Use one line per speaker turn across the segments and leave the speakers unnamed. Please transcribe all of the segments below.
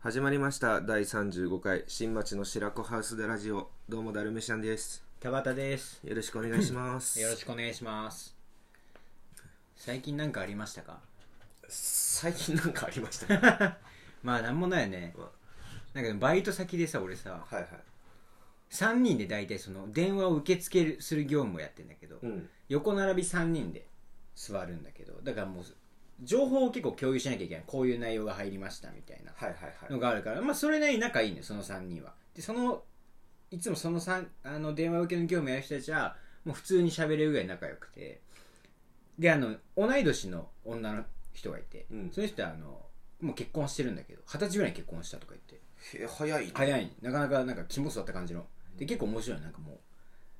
始まりました第35回新町の白子ハウスでラジオどうもダルメシアンです
田畑です
よろしくお願いします
よろしくお願いします最近なんかありました か
最近なんかありま したね
まあなんもないよね
ま
なんかバイト先でさ俺さ
はいはい
3人で大体その電話を受け付けする業務をやってんだけど、
うん
横並び3人で座るんだけどだからもう情報を結構共有しなきゃいけないこういう内容が入りましたみたいな
はいはいは
のがあるから、まあそれなりに仲いいのよその3人はでそのいつもその三あの電話受けの業務やる人たちはもう普通に喋れるぐらい仲良くてであの同い年の女の人がいて、
うん
その人はあのもう結婚してるんだけど二十歳ぐらいに結婚したとか言って
いへ早い
早いなかなかなんか肝座った感じので結構面白いなんかも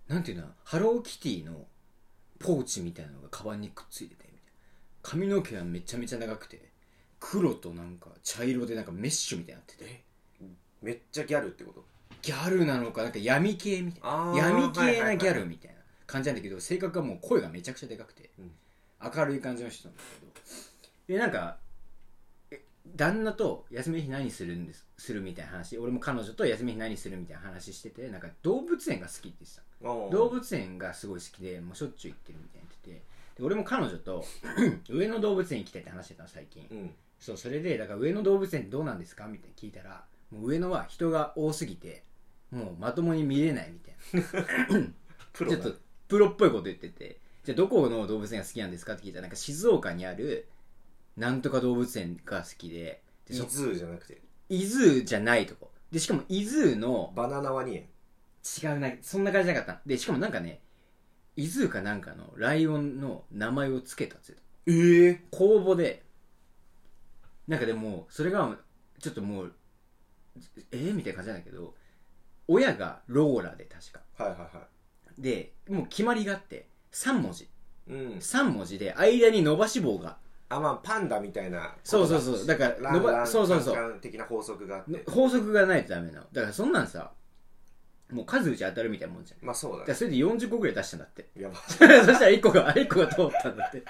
うなんていうのハローキティのポーチみたいなのがカバンにくっついててみたいな髪の毛はめちゃめちゃ長くて黒となんか茶色でなんかメッシュみたいになってて
えめっちゃギャルってこと
ギャルなのかなんか闇系みたい
あ
な
ー
闇系
はいはいは
ないギャルみたいな感じなんだけど性格がもう声がめちゃくちゃでかくて、
うん
明るい感じの人なんだけどでなんかえ旦那と休みの日何するんですするみたいな話俺も彼女と休みの日何するみたいな話しててなんか動物園が好きって言ってた動
動
物園がすごい好きでもうしょっちゅう行ってるみたいに言っててで俺も彼女と 上野動物園行きたいって話してたの最近、
うん
そうそれでだから上野動物園どうなんですかみたいに聞いたらもう上野は人が多すぎてもうまともに見れないみたい
プ
なちょっとプロっぽいこと言っててじゃあどこの動物園が好きなんですかって聞いたらなんか静岡にあるなんとか動物園が好きでで
伊
そ
豆じゃなくて
伊豆じゃないとこでしかも伊豆の
バナナワニ園
違うなそんな感じじゃなかったでしかもなんかね伊豆かなんかのライオンの名前を付けたって言っ
ええ
てた公募でなんかでもそれがちょっともうえー、みたいな感じなんだけど親がローラで確か
はいはいは
でもう決まりがあって3文字
いうん
3文字で間に伸ばし棒が
あまあパンダみたいな
そうそうそうだから
ラ
伸
ンラ
ば
ン
そうそうそう
カンカン的な法則があっ
の
て
法則がないとダメなのだからそんなんさもう数打ち当たるみたいなもんじゃん
まあそうだ
だから
ね
それで40個ぐらい出したんだって
やばい
そしたら1個が、1個が通ったんだって。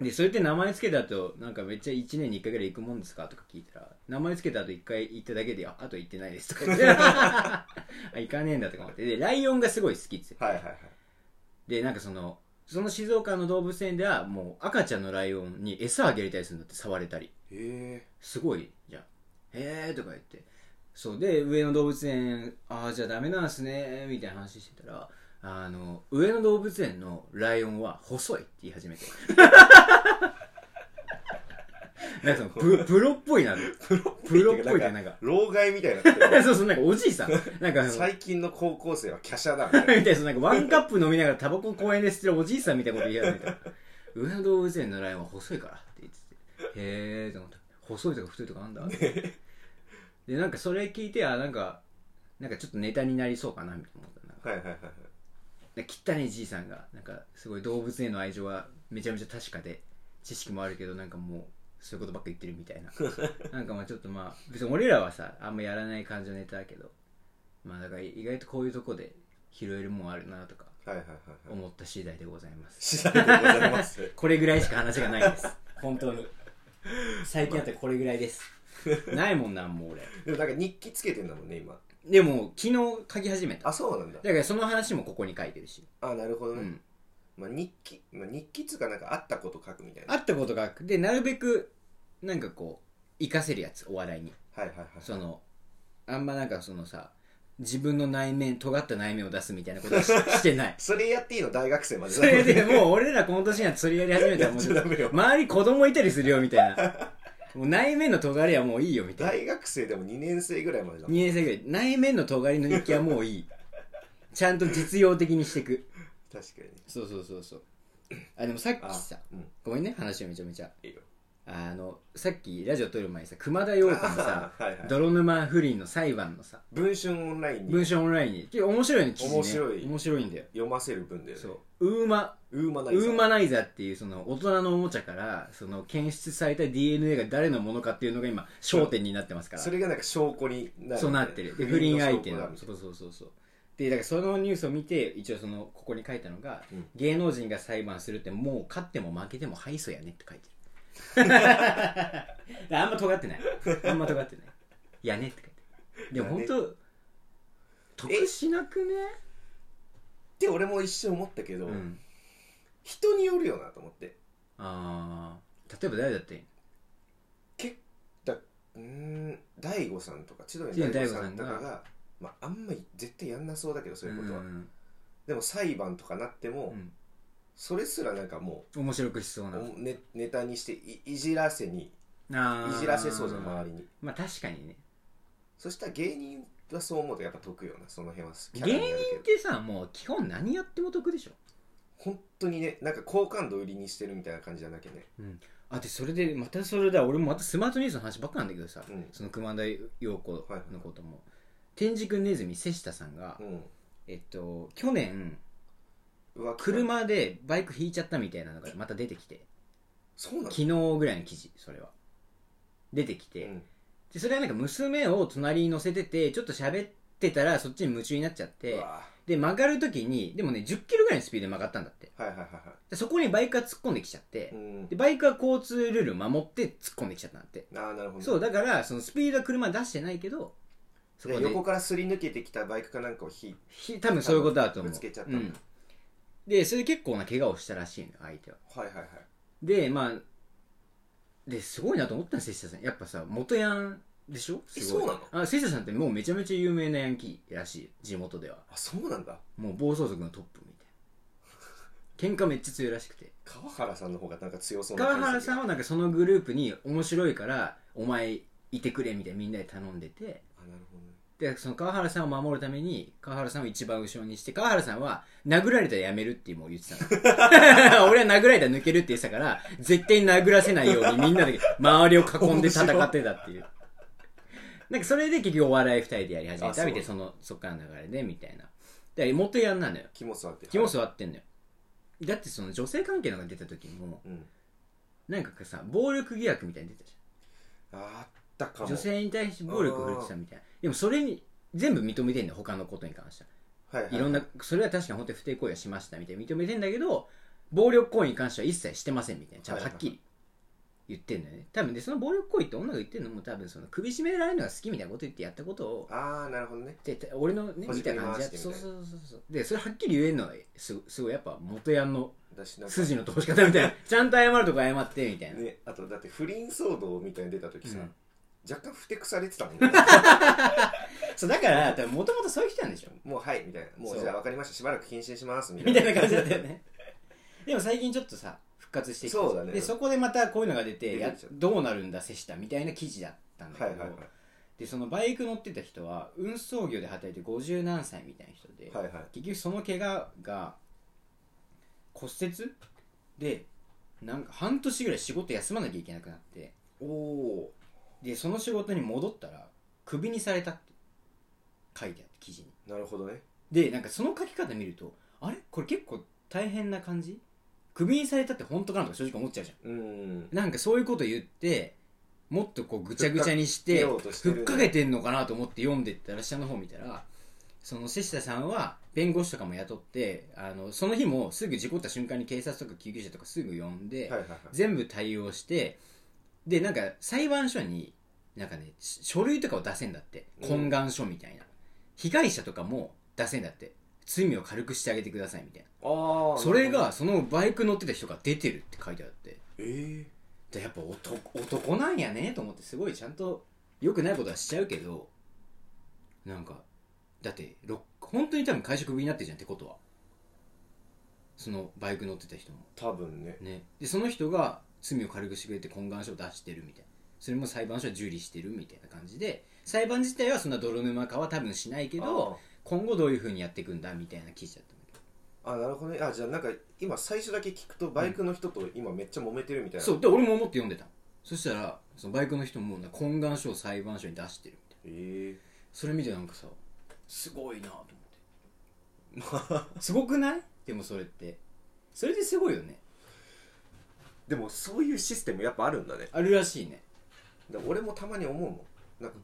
で、それって名前つけた後、なんかめっちゃ1年に1回ぐらい行くもんですかとか聞いたら、名前つけた後1回行っただけで、ああと行ってないですとか言って、 あ、行かねえんだとか思って。で、ライオンがすごい好きっつって。
はいはい はい
で、なんかその、その静岡の動物園では、もう赤ちゃんのライオンに餌あげれたりするんだって、触れたり。
へ
すごいじゃんへえとか言ってそうで上野動物園ああじゃあダメなんすねみたいな話してたらあの上野動物園のライオンは細いって言い始めてなんかそのププロっぽいなプロっぽいってなんか
老害みたいになって る
そうそうなんかおじいさんなんか
最近の高校生は華奢だみたいな
みたいなそのなんかワンカップ飲みながらタバコ公園で吸ってるおじいさんみたいなこと言い始めた上野動物園のライオンは細いからって言っててへえと思って細いとか太いとかなんだってでなんかそれ聞いてあなんかなんかちょっとネタになりそうかなみたいな思ったなんか
はいはいはいはい
で汚いじいさんがなんかすごい動物への愛情はめちゃめちゃ確かで知識もあるけどなんかもうそういうことばっか言ってるみたいななんかまあちょっとまあ別に俺らはさあんまやらない感じのネタだけどまあだから意外とこういうとこで拾えるもんあるなとか
はいはいはいはい
思った次第でございます
次第でございます
これぐらいしか話がないです 本当に最近だったらこれぐらいですないもんなんもう俺
でもなんか日記つけてんだもんね今
でも昨日書き始めた
あそうなんだ
だからその話もここに書いてるし、
あなるほど
う
ね、
ん、
まあ、日記、まあ、日記っつうかなんかあったこと書くみたいな
あったことがでなるべくなんかこう活かせるやつお笑いに
はいはいはい
そのあんまなんかそのさ自分の内面尖った内面を出すみたいなことはし してない
それやっていいの大学生まで
それでもう俺らこの年になってそれやり始めたら
や
も
っ
う
ちゃダメよ
周り子供いたりするよみたいなもう内面の尖りはもういいよみたいな
大学生でも2年生ぐらいまでだもん
2年生ぐらい内面の尖りの日記はもうい いちゃんと実用的にしていく
確かに
そうそうそうそうあでもさっき
あ
さ
うん
ごめんね話をめちゃめちゃ
いいよ
あのさっきラジオ撮る前にさ熊田曜子の さ
はいはい
泥沼不倫の裁判のさ
文春オンラインに
文章オンラインに結構面白いね記事ね
面白い
面白いんだよ
読ませる文だよね
そうウーマ
ウーマ
ウ
ナイザ
ーマナイザーっていうその大人のおもちゃからその検出された DNA が誰のものかっていうのが今焦点になってますから
それがなんか証拠になる
そうなってるで不倫相手
の証拠
の
だみたい
そうそうそうそうでだからそのニュースを見て一応そのここに書いたのが、
うん
芸能人が裁判するってもう勝っても負けても敗訴やねって書いてる あんま尖ってないあんま尖ってない「やね」って書いてあるでも本当得しなくね
て俺も一瞬思ったけど、
うん
人によるよなと思って
ああ例えば誰だって
結だうーん大悟さんとか千鳥
千
の
鳥
大
の
悟さんとか
大
が
悟さん
まあ、あんまり絶対やんなそうだけどそういうことは、
ん
でも裁判とかなっても、
うん
それすらなんかも
面白くしそう
う、
な
おネネタにしていいじらせに
あー
いじらせそうじゃん周りに
まあ確かにね
そしたら芸人はそう思うとやっぱ得よなその辺はキャラ
芸
による
人
け
っ
ど
てさもう基本何やっても得でしょ
本当にねなんか好感度売りにしてるみたいな感じじゃなきゃね
あでそれでまたそれだ俺もまたスマートニュースの話ばっかなんだけどさ、
うん
その熊田曜子のことも、天竺ネズミ瀬下さんが、
う
えっと去年
んうわ
車でバイク引いちゃったみたいなのがまた出てきて
そうなの
昨日ぐらいの記事それは出てきて、
うん
でそれはなんか娘を隣に乗せててちょっと喋ってたらそっちに夢中になっちゃっ
う
て
わ
で曲がる時にでもね1 0キロぐらいのスピードで曲がったんだって
はいはいはいは
でそこにバイクが突っ込んできちゃって、
いうん
でバイクは交通ルール守って突っ込んできちゃったんだって
あーなるほど
そうだからそのスピードは車出してないけどそこ
で
で
横からすり抜けてきたバイクかなんかを引い
ひ多分そういうことだと思う
ぶつけちゃった
うんん
だ、
でそれで結構な怪我をしたらしいの相手は
はいはいはい
でまあですごいなと思ったの瀬下さんやっぱさ元ヤンでしょすごい
そうなの
あ瀬下さんってもうめちゃめちゃ有名なヤンキーらしい地元では
あそうなんだ
もう暴走族のトップみたいな喧嘩めっちゃ強いらしくて
川原さんの方がなんか強そうな
川原さん
は
はなんかそのグループに面白いからお前いてくれみたいなみんなで頼んでて
あなるほどね
でその川原さんを守るために川原さんを一番後ろにして川原さんは殴られたらやめるってもう言ってたの 俺は殴られたら抜けるって言ってたから絶対に殴らせないようにみんなで周りを囲んで戦ってたっていうなんかそれで結局お笑い二人でやり始め
あそう
たみたいなそのそっからの流れでみたいなで元ヤンなのよ
肝座って
肝座ってんのよだってその女性関係のが出た時も
うん
なんかさ暴力疑惑みたいに出たじゃん
あったかも
女性に対して暴力を振るってたみたいなでもそれに全部認めてんの他のことに関しては
はいはい
いろんなそれは確かに本当に不貞行為をしましたみたいな認めてんだけど暴力行為に関しては一切してませんみたいなちゃんとはっきり言ってんのよね多分でその暴力行為って女が言ってるのも多分その首絞められるのが好きみたいなこと言ってやったことを
ああなるほどね
で俺のね
こ
み
じ
た
く
い
り
な感じ
回
や
して
っ
て
そうそうそうそうでそれはっきり言えるのはすすごいやっぱ元ヤンの
私なんか
筋の通し方みたいなちゃんと謝るとこ謝ってみたいな
ねあとだって不倫騒動みたいに出た時さ
うん
若干ふてくされてた もんね
そうだから多分もともとそういう人なんでしょ
もうはいみたいなも
そう
うじゃあ分かりましたしばらく謹慎しますみた
み
い
た
ない
な感じだったよねでも最近ちょっとさ復活してきて
そうだね
でそこでまたこういうのが出て
出てき
や
ちゃった
どうなるんだ瀬下みたいな記事だったんだけ
はい
ど、
はいはい
でそのバイク乗ってた人は運送業で働いて50何歳みたいな人で、
はいはい
結局その怪我が骨折でなんか半年ぐらい仕事休まなきゃいけなくなって
おお
でその仕事に戻ったらクビにされたって書いてあって記事に
ーなるほどね
でなんかその書き方見るとあれこれ結構大変な感じクビにされたって本当かなとか正直思っちゃうじゃ
うん
んなんかそういうこと言ってもっとこうぐちゃぐちゃにして
ふっかけようとしてる
ふっかけてんのかなと思って読んでったら下の方見たらその瀬下さんは弁護士とかも雇ってあのその日もすぐ事故った瞬間に警察とか救急車とかすぐ呼んで、
はいはいはい
全部対応してでなんか裁判所になんかねし書類とかを出せんだって
うん
懇願書みたいな、被害者とかも出せんだって罪を軽くしてあげてくださいみたい
あ
な
あ
それがそのバイク乗ってた人が出てるって書いてあって
え
でやっぱ男男なんやねと思ってすごいちゃんと良くないことはしちゃうけどなんかだってろ本当に多分会社クビになってるじゃんってことはそのバイク乗ってた人も
ー、多分ね
ね、でその人が罪を軽くしてくれて懇願書を出してるみたいなそれも裁判所は受理してるみたいな感じで裁判自体はそんな泥沼化は多分しないけど今後どういうふうにやっていくんだみたいな記事だったんだけ
あーあなるほどねあじゃあなんか今最初だけ聞くとバイクの人と今めっちゃ揉めてるみたい
ど
な
そうで俺も思って読んでたのそしたらそのバイクの人もなんか懇願書を裁判所に出してるみたいな
え
それ見てなんかさすごいなと思ってすごくないでもそれってそれですごいよね
ー、 でもそういうシステムやっぱあるんだね
あるらしいね
で俺もたまに思うもんなんか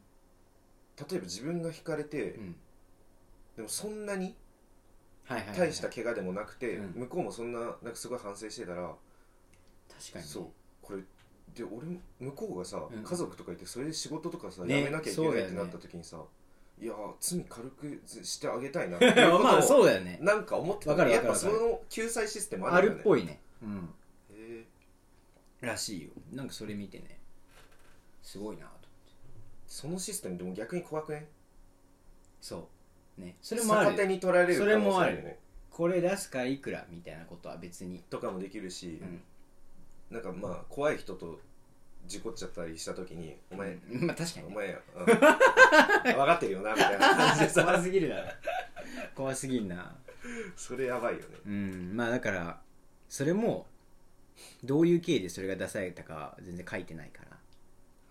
例えば自分が引かれて、
うん
でもそんなに
はいはい、はい、
大した
確
怪我でもなくて、
うん
向こうもそんななんかすごい反省してたら、
かにね
そうこれで俺も向こうがさ、
うん
家族とかいてそれで仕事とかさ、
ね
やめなきゃいけないってなった時にさ、いやー罪軽くしてあげたいなっていうことを
まあそうだよね
なんか思ってた
わかる
やっぱ
わか
そ
る
の救済システム
あ
あるよ
る
ね
っぽいねうん
へー
らしいよなんかそれ見てねすごいなと
そのシステムでも逆に怖くね
そうねそれもあ
逆手
る
に取られる可能性
それもある
よね
これ出すかいくらみたいなことは別に
とかもできるし、
うん
なんかまあ怖い人と事故っちゃったりした時に「お前、
うん まあ確かに
お
ね
前や、 うん分かってるよな」みたいな感じでさ
怖すぎるな怖すぎんな
それやばいよね
うんまあだからそれもどういう経緯でそれが出されたかは全然書いてないか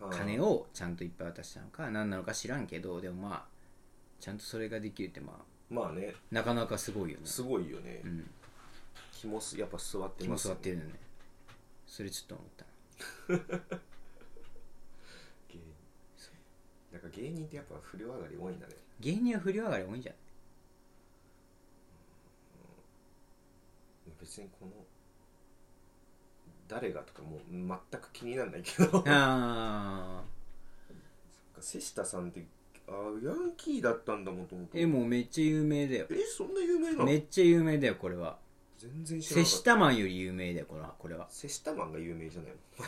ら金
を
をちゃんといっぱい渡したのか何なのか知らんけどでもまあちゃんとそれができるってまあ
まあね
なかなかすごいよね
すごいよね、
うん
気もすやっぱ座って
気も
ます
座
よ
ってるよねそれちょっと思ったな
芸人なんか芸人ってやっぱ不良上がり多いんだね
芸人は不良上がり多いんじゃない
別にこの誰がとかもう全く気にならないけ ど
ああ
瀬下さんってあーヤンキーだったんだもともと
えもうめっちゃ有名だよ
えそんな有名な
め
の
っちゃ有名だよこれは
全然知らな
瀬
かった
下マンより有名だよこれはこれは
瀬下マンが有名じゃないの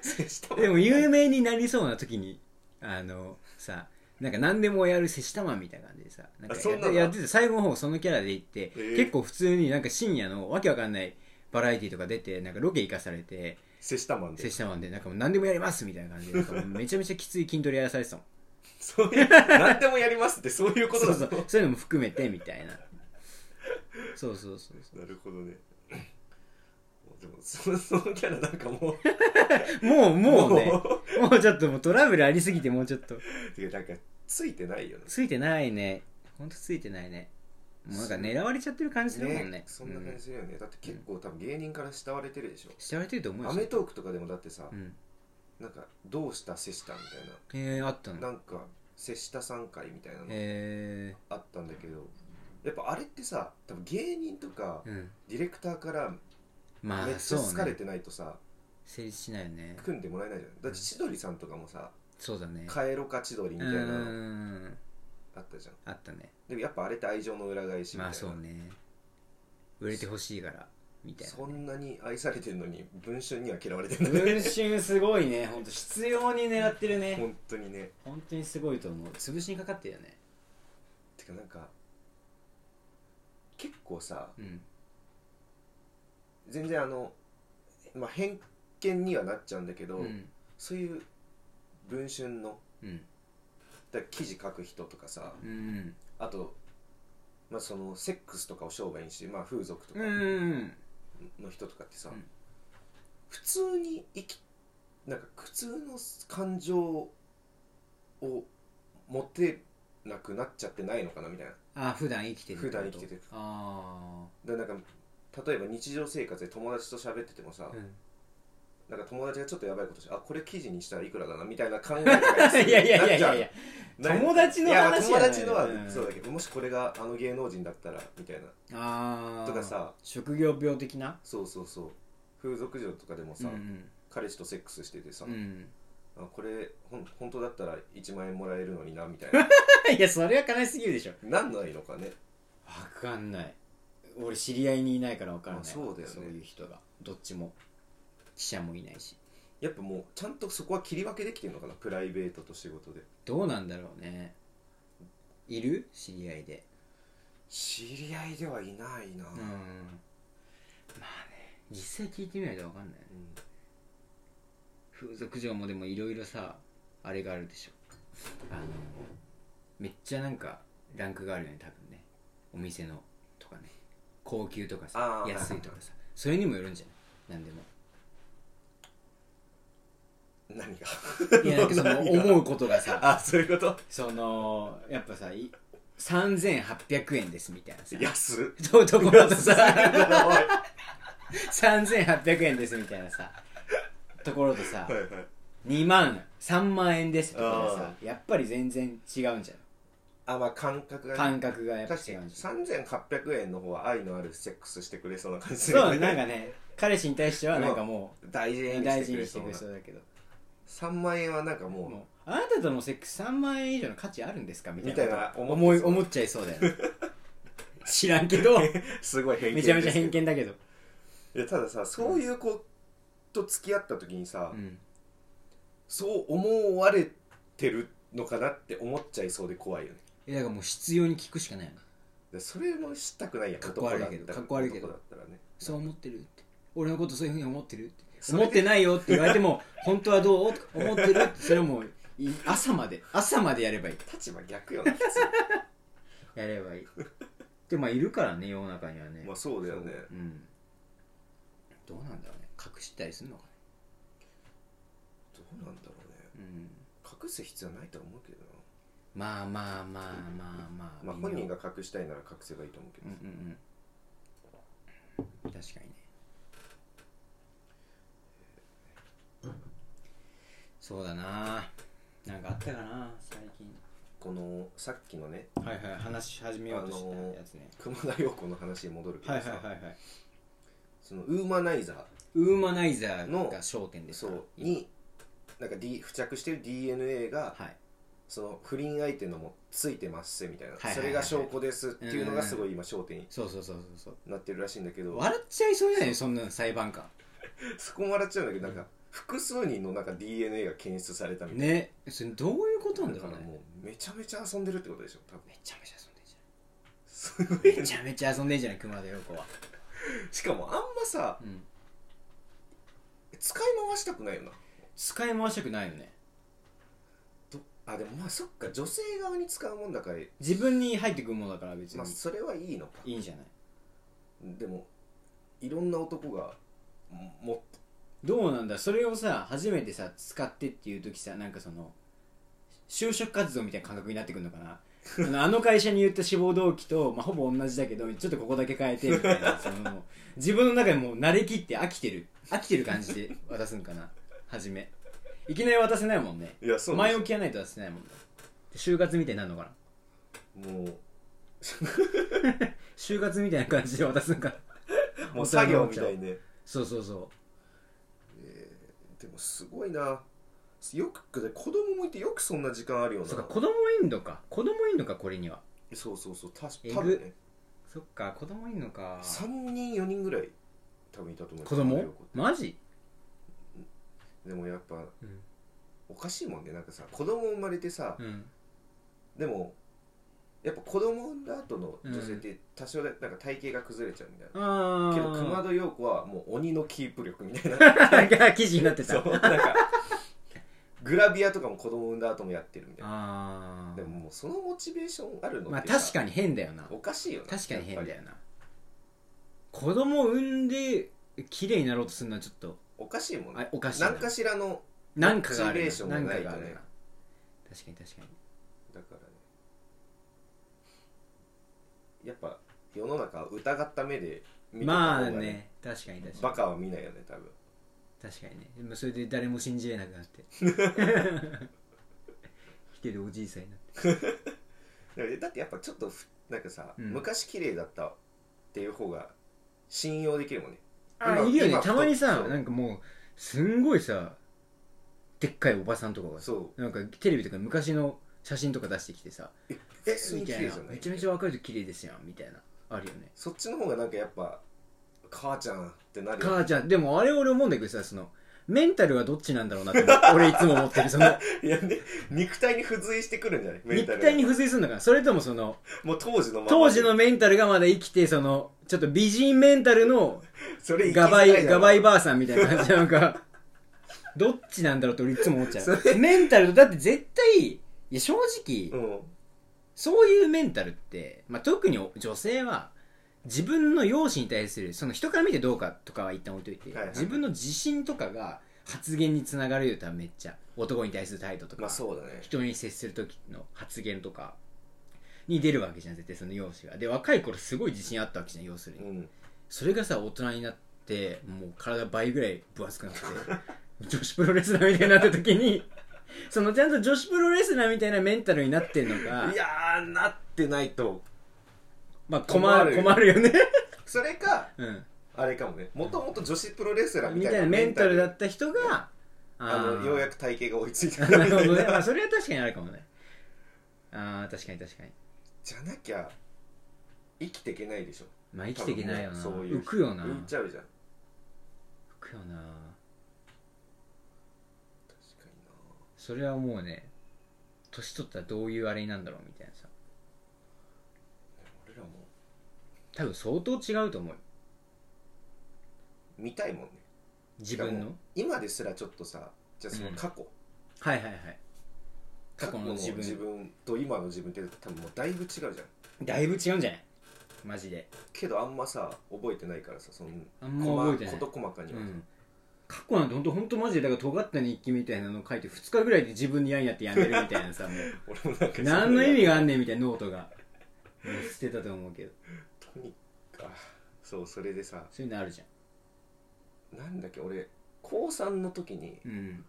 瀬下マン
でも有名になりそうな時にあのさなんか何でもやる瀬下マンみたいな感じでさなんか
あそんなの
やってて最後の方そのキャラで行って、
えー
結構普通になんか深夜のわけわかんないバラエティとか出てなんかロケ行かされて
瀬下マンで
瀬下マンでなんかもう何でもやりますみたいな感じ でなんかもうめちゃめちゃきつい筋トレやらされてたもん
そういう何でもやりますってそういうこと
そ
だ
うそうそういうのも含めてみたいなそうそうそうそ
なるほどねでもそそのキャラなんかもう
うもうもうね
もう
もうちょっともうトラブルありすぎてもうちょっと
てかなんかついてないよね
ついてないねほんとついてないねもうなんか狙われちゃってる感じだもんね
そんな感
うん
じするよね、だって結構多分芸人から慕われてるでしょ
慕われてると思う
アメトークとかでもだってさ、
うん
なんかどうした瀬下みた
えー、あった
いな、
の
なんか瀬下さん会みたいなの
え
あったんだけどやっぱあれってさ多分芸人とか
ー、うん
ディレクターから
まあ
めっち
そ
ゃ
う
好かれ
ね
てないとさ、
成立しないよね
組んでもらえないじゃんだって千鳥さんとかもさ
そう
「
だね
帰ろか千鳥」み
う
たいなの
ーん
あったじゃん
あったね
でもやっぱあれって愛情の裏返しみたいな、
まあそうね売れてほしいからみたい
そ
な、ね、
んなに愛されてるのに文春には嫌われてるんだね
文春すごいね本当必要に狙ってるね
本当にね
本当にすごいと思う潰しにかかってるよね
てかなんか結構さ
うん
全然あの、まあ、偏見にはなっちゃうんだけど、
うん
そういう文春の
うん
だから記事書く人とかさ
うん
あと、まあ、そのセックスとかを商売にして、まあ、風俗とか
うん
の人とかってさ、
うん
普通に生きなんか苦痛の感情を持てなくなっちゃってないのかなみたいな
あ普段生きてるってこと
普段生きてる
あ
だからなんか例えば日常生活で友達と喋っててもさ
あ、、うん
なんか友達がちょっとやばいことしてあこれ記事にしたらいくらだなみたいな考えが
いやいやいやいやいや
ない
友達の話
いやまあ
じ
友
ゃない
達のは
うん
そうだけど、もしこれがあの芸能人だったらみたいな
ああ
とかさ
職業病的な
そうそうそう風俗嬢とかでもさ、
うん
彼氏とセックスしててさ、
うん、うん
あこれほん本当だったら1万円もらえるのになみたいな
いやそれは悲しすぎるでしょ
なんないのかね
分かんない俺知り合いにいないから分からない
まあそうだよね
そういう人がどっちも記者もいないし
やっぱもうちゃんとそこは切り分けできてるのかなプライベートと仕事で
どうなんだろうねいる知り合いで
知り合いではいないな、
うんまあね実際聞いてみないと分かんないよね
うん
風俗嬢もでもいろいろさあれがあるでしょあのめっちゃなんかランクがあるよね多分ねお店のとかね高級とかさ
あー
安いとかさそれにもよるんじゃない何で も
何 が
いやなんかその
何が
思うことが さ
あそういうこと
そのやっぱさい3800円ですみたいなさ
安っ
とところと
安い
さ
なおい
3800円ですみたいなさところとさ
はいはい
2万3万円ですとかでさ
あ
やっぱり全然違うんじゃない
あまあ感覚が、ね、
感覚がやっぱ
確か
違うん
に
ですよ
3800円の方は愛のあるセックスしてくれそうな感じす
そ
る
うなん
ね
かね彼氏に対してはなんかも
大事
う
に
大
して
事
く
に
れそうな
してくれそうだけど
3万円はなんかも
もうあなたとのセックス3万円以上の価値あるんですかみたいな
みたいな思っ
思い思っちゃいそうだよね 知らんけ ど
うすごい偏見
めちゃめち
で
ゃ
すけど
偏見だけど、
いやたださそういう子と付き合った時にさ、
うん、
そう思われてるのかなって思っちゃいそうで怖いよね
えだからもう必要に聞くしかないよね
でそれもしたくないやん
かっこ悪いけど
男だったら
かっこ悪いけど
男だったらね
そう思ってるって俺のことそういうふうに思ってるって
それで
思ってないよって言われても本当はどうとか思ってるってそれはもうい朝まで朝までやればいい
立場逆よな普
やればいいでもまあいるからね世の中にはね
通まあそうだよね
うんどうなんだろうね隠したりするのかね
どうなんだろうね
うん
隠す必要ないと思うけど
まあまあまあまあまあ
な、まあ、
微妙
本人が隠したいなら隠せばいいと思うけ
う
ど、
んうんうん確かにねそうだななんかあったかな最近
このさっきのね
はいはい話し始めようとしたやつね、
熊田曜子の話に戻るけどさ、
はいはいはいはい
そのウーマナイザ
ウーマナイザー
の
が焦点
ー
です
そ
か
うになんか、D、付着してる DNA が、
はい
その不倫相手のもついてますみたいな、
いはいはい
それが証拠ですっていうのがすごい今焦点に
そうそうそうそう
なってるらしいんだけ
そう
ど
笑っちゃいそうじゃないそんなの裁判官
そこも笑っちゃうんだけどなんか複数人のなんか DNA が検出されたみたい
ねそれどういうことな
なん
だ
だか
ろう
ら
ね
もうめちゃめちゃ遊んでるってことでしょ多分
めちゃめちゃ遊んでんじ
すごい
ゃないめちゃめちゃ遊んでんじゃない熊田曜子は
しかもあんまさ
うん
使い回したくないよな
使い回したくないよね
どあでもまあそっか女性側に使うもんだから、
自分に入ってくるものだから別に
まあ、それはいいのか
いいんじゃない
でもいろんな男がも持って
どうなんだそれをさ初めてさ使ってっていう時さなんかその就職活動みたいな感覚になってくるのか なあのあの会社に言った志望動機と、まあ、ほぼ同じだけどちょっとここだけ変えてみたい なそのもう自分の中でもう慣れきって飽きてる飽きてる感じで 渡すんかな初めいきなり渡せないもんね
いやそ
前置きがないと渡せないもんね就活みたいになるのかな
もう
就活みたいな感じで渡すんかな
もう作業みたいね
そうそうそ
でもすごいなよくで子供もいてよくそんな時間あるよ
う
な
そうか子供いんのか子供いんのかこれには
そうそうそうた
えぐ
多分ね
そっか子供いんのか
3人4人ぐらい多分いたと思う
子供
横って
マジ
でもやっぱ
うん、
おかしいもんねなんかさ子供生まれてさ、
うん、
でもやっぱ子供産んだ後の女性って多少だなんか体型が崩れちゃうみたいな、
ああ
けど熊戸陽子はもう鬼のキープ力みたいな
が 記事になってた
そうなんかグラビアとかも子供産んだ後もやってるみたいな
ああ
でももうそのモチベーションあるのって
まあ確
に
かに変だよな
おかしいよな
確かに変だ
やっぱり
よな子供産んで綺麗になろうとするのはちょっと
おかしいもんね
あおかしいな
何かしらの
なんかがある
モチベーションが
な
ない
ん
と
か
ね
があるな確かに確かに
だからねやっぱ世の中を疑った目で見てた
ま
方が
あね確かに確か
バカは見ないよね多分
に確かにねでもそれで誰も信じれなくなって 来てるおじいさんになって
だからだってやっぱちょっとふなんかさ、
うん
昔綺麗だったっていう方が信用できるもんね
あ
今
いるよね
今
たまにさ
そう
なんかもうすんごいさでっかいおばさんとかがさ
そ
なんかテレビとか昔の写真とか出してきてさ
うえ
みたいなめちゃめち
ゃ
ゃ若い時綺麗ですやんみたいなあるよね
そっちの方がなんかやっぱ母ちゃんってなるよね
母ちゃんでもあれ俺思うんだけどさそのメンタルはどっちなんだろうなって思う俺いつも思ってるその
いやね肉体に付随してくるんじゃない メンタ
肉
ルが
体に付随するのかなそれともその
もう当時のまま
当時のメンタルがまだ生きてそのちょっと美人メンタルの
それ
ガバイガバイ
バ
ばあさんみたいな感じな んかどっちなんだろうって俺いつも思っちゃ
そう
メンタルとだって絶対いや正直、
うん
そういうメンタルって、まあ、特に女性は自分の容姿に対するその人から見てどうかとかは一旦置いといて、
はいはい
自分の自信とかが発言につながるよ多分めっちゃ男に対する態度とか、
まあそうだね
人に接する時の発言とかに出るわけじゃん絶対その容姿がで若い頃すごい自信あったわけじゃん要するに、
うん
それがさ大人になってもう体倍ぐらい分厚くなって 女子プロレスラーみたいになった時に そのちゃんと女子プロレスラーみたいなメンタルになってんのか
いやーなってないと
まあ困る困るよね
それか
うん
ああれかもねもともと女子プロレスラーみ
み
たい
たい
な
なメンタルだった人が
あ
あ
の
ー
ようやく体型が追いついたみた
ないる
な
ほどね、まあ、それは確かにあるかもねああ確かに確かに
じゃなきゃ生きていけないでしょ
まあ生きていけないよな
多分もうそういう
浮くよな
浮いちゃうじゃん
浮くよな
確かにな
それはもうね年取ったらどういうあれになんだろうみたいなさ
俺らも
多分相当違うと思うよ
見たいもんね
自分の
しかも今ですらちょっとさじゃあその過去、
はいはいはい過去の自分
自分と今の自分って多分もうだいぶ違うじゃん
だいぶ違うんじゃないマジで
けどあんまさ覚えてないからさその
あんま覚えてない
事細かには、
うん過去なんて本当本当マジでだから尖った日記みたいなの書いて2日ぐらいで自分に嫌になってやめるみたいな さもう
俺もなんか
何の意味があんねんみたいなノートがもう捨てたと思うけど
とにかくそうそれでさ
そういうのあるじゃ
なんだっけ俺高3の時に
んうん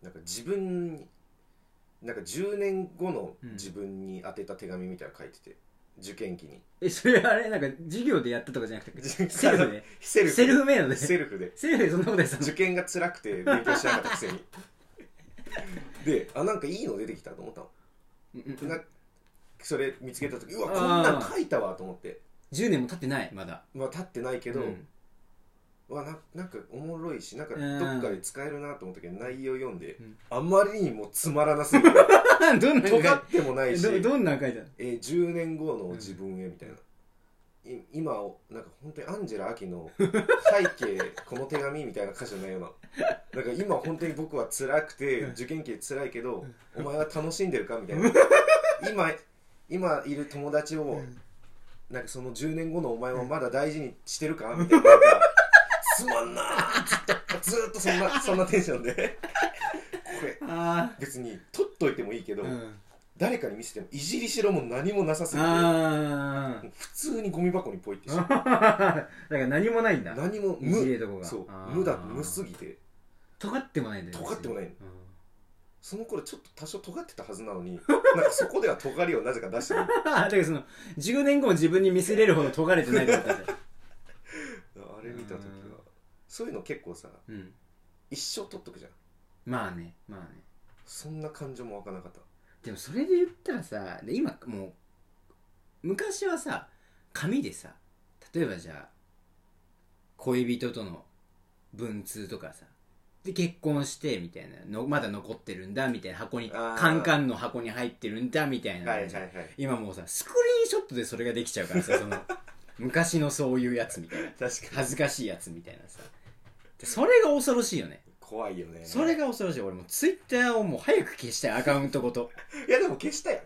なんか自分になんか10年後の自分に宛てた手紙みたいなの書いてて、受験期に
えそれあれなんか授業でやったとかじゃなくてセルフで
セルフ
セルフメイドでセ
セルフで
ルフでそんなことやってたの
受験が辛くて勉強しなかったくせにであなんかいいの出てきたと思ったの
うんうん
なそれ見つけた時うわこんなん書いたわと思って
10年も経ってないまだ
まあ立ってないけど、
うん
うわななんかおもろいしなんか
うん
どっかで使えるなと思ったけど内容読んで、
うん
あまりにもつまらなすぎて
どんな
尖
の書
ってもないいし、
てどどんなの書いてある
えー10年後の自分へみたいな、い今をなんか本当にアンジェラ・アキの「背景この手紙」みたいな歌詞のようななんか今本当に僕は辛くて受験期で辛いけどお前は楽しんでるかみたい な今今いる友達をなんかその10年後のお前はまだ大事にしてるかみたいななんかすまんなーずっとずっとそん なそんなテンションでこれ
あ
別に取っといてもいいけ
あ
ど、
うん
誰かに見せてもいじりしろも何もなさすぎて
あー
普通にゴミ箱にポイってしまう
だから何もないんだ
何も
いじれ
無
るとこが
そう
あー
無だ無すぎて
尖ってもないんだよね
尖ってもない
うん
その頃ちょっと多少尖ってたはずなのになんかそこでは尖りをなぜか出してるあ
だからその10年後も自分に見せれるほど尖れてないってことだよ
れ見た時は
うん
そういうの結構さ
うん
一生取っとくじゃん
まあねまあね
そんな感情もわかなかった
でもそれで言ったらさで今もう昔はさ紙でさ例えばじゃあ恋人との文通とかさで結婚してみたいなのまだ残ってるんだみたいな箱に
あー
カンカンの箱に入ってるんだみたいなの
はい
が
はい
さ
はい
今もうさスクリーンショットでそれができちゃうか らさその昔のそういうやつみたいな
確かに
恥ずかしいやつみたいなさでそれが恐ろしいよね
怖いよね
それが恐ろしい俺もツイッターをもう早く消したいアカウントごと
いやでも消したよ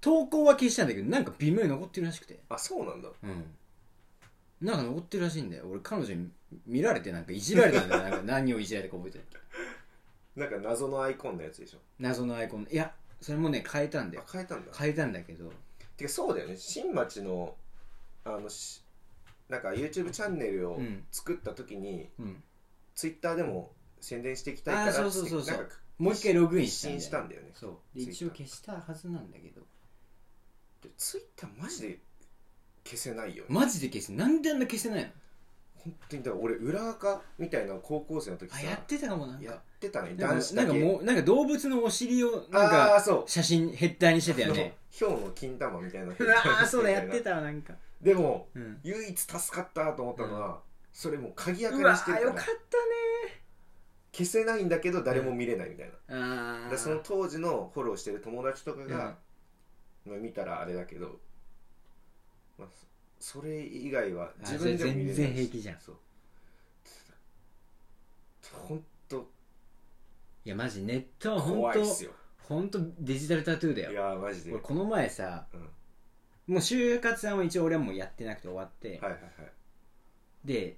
投稿は消したんだけどなんか微妙に残ってるらしくて
あそうなんだ
うんなんか残ってるらしいんだよ俺彼女に見られてなんかいじられたんだよ なんか何をいじられたか覚えてない
なんか謎のアイコンのやつでしょ
謎のアイコンいやそれもね変えたんだ
あ
よ
変えたんだ
変えたんだけど
てかそうだよね新町のあのしなんか YouTube チャンネルを
うん
作った時に、
うん
ツイッターでも宣伝していきたいから
あーそうそうそうそう
なんか
もう一回ログインした
一
んだよ
新したんだよね
そうで一応消したはずなんだけど
でツイッターマジで消せないよね
マジで消すなんであんな消せないの
本当にだから俺裏垢みたいなの高校生の時
あ
さ
やってたかもなん
や
か
ってたね
な
男
んか
子
な
だ
ん
け
かもうなんか動物のお尻をなん
ああ
か
ーそう
写真ヘッダーにしてたよね
ひょうの金玉みたいな
うわー そうだやってたわなんか
でも
うん
唯一助かったと思ったのは、それもう鍵垢
う
に
わ
して
ー
る
よ
か
からっ
消せないんだけど誰も見れないみたいな、
たねあ
だか
あ
らその当時のフォローしてる友達とかが、
うん
まあ、見たらあれだけど、まあ、そそれ以外は
あ
自分でも見れない
それ全然平気じゃん
そう本当
いやマジネットは本
怖いっす
当
よ
本当デジタルタトゥー
い
だよ
やーマジで、うん
俺、この前さ
はい
もう就活はもう一応俺はもうやってなくて終わって、
はいはい
で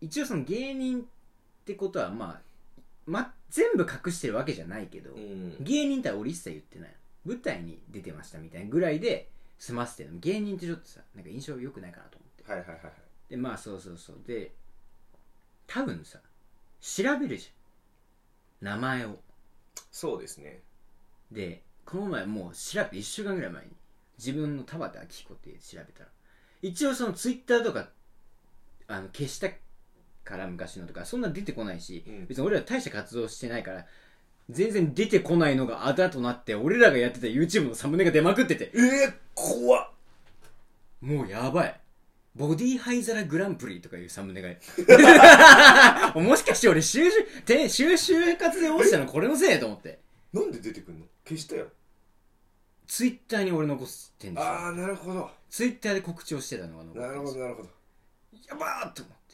一応その芸人ってことはまあ、ま、全部隠してるわけじゃないけど、
うん
芸人って俺一切言ってない舞台に出てましたみたいなぐらいで済ませてるの芸人ってちょっとさなんか印象良くないかなと思って
はいはいはいはい
でまあそうそうそうで多分さ調べるじゃん名前を
そうですね
でこの前もう調べて1週間ぐらい前に自分の田畑明彦って調べたら一応そのツイッターとかあの消したから昔のとかそんな出てこないし、
うん
別に俺ら大した活動してないから全然出てこないのがあだとなって俺らがやってた YouTube のサムネが出まくってて
えー、怖っ
もうやばいボディハイザラグランプリとかいうサムネが もしかして俺収集て収集活で落ちたのこれのせいと思って
なんで出てくんの消したよ
ツイッターに俺残してんですよ
ああなるほど
ツイッターで告知をしてたのが残って
なる
ん
ほ
で
ど
すよ
なるほど
やばーっと思って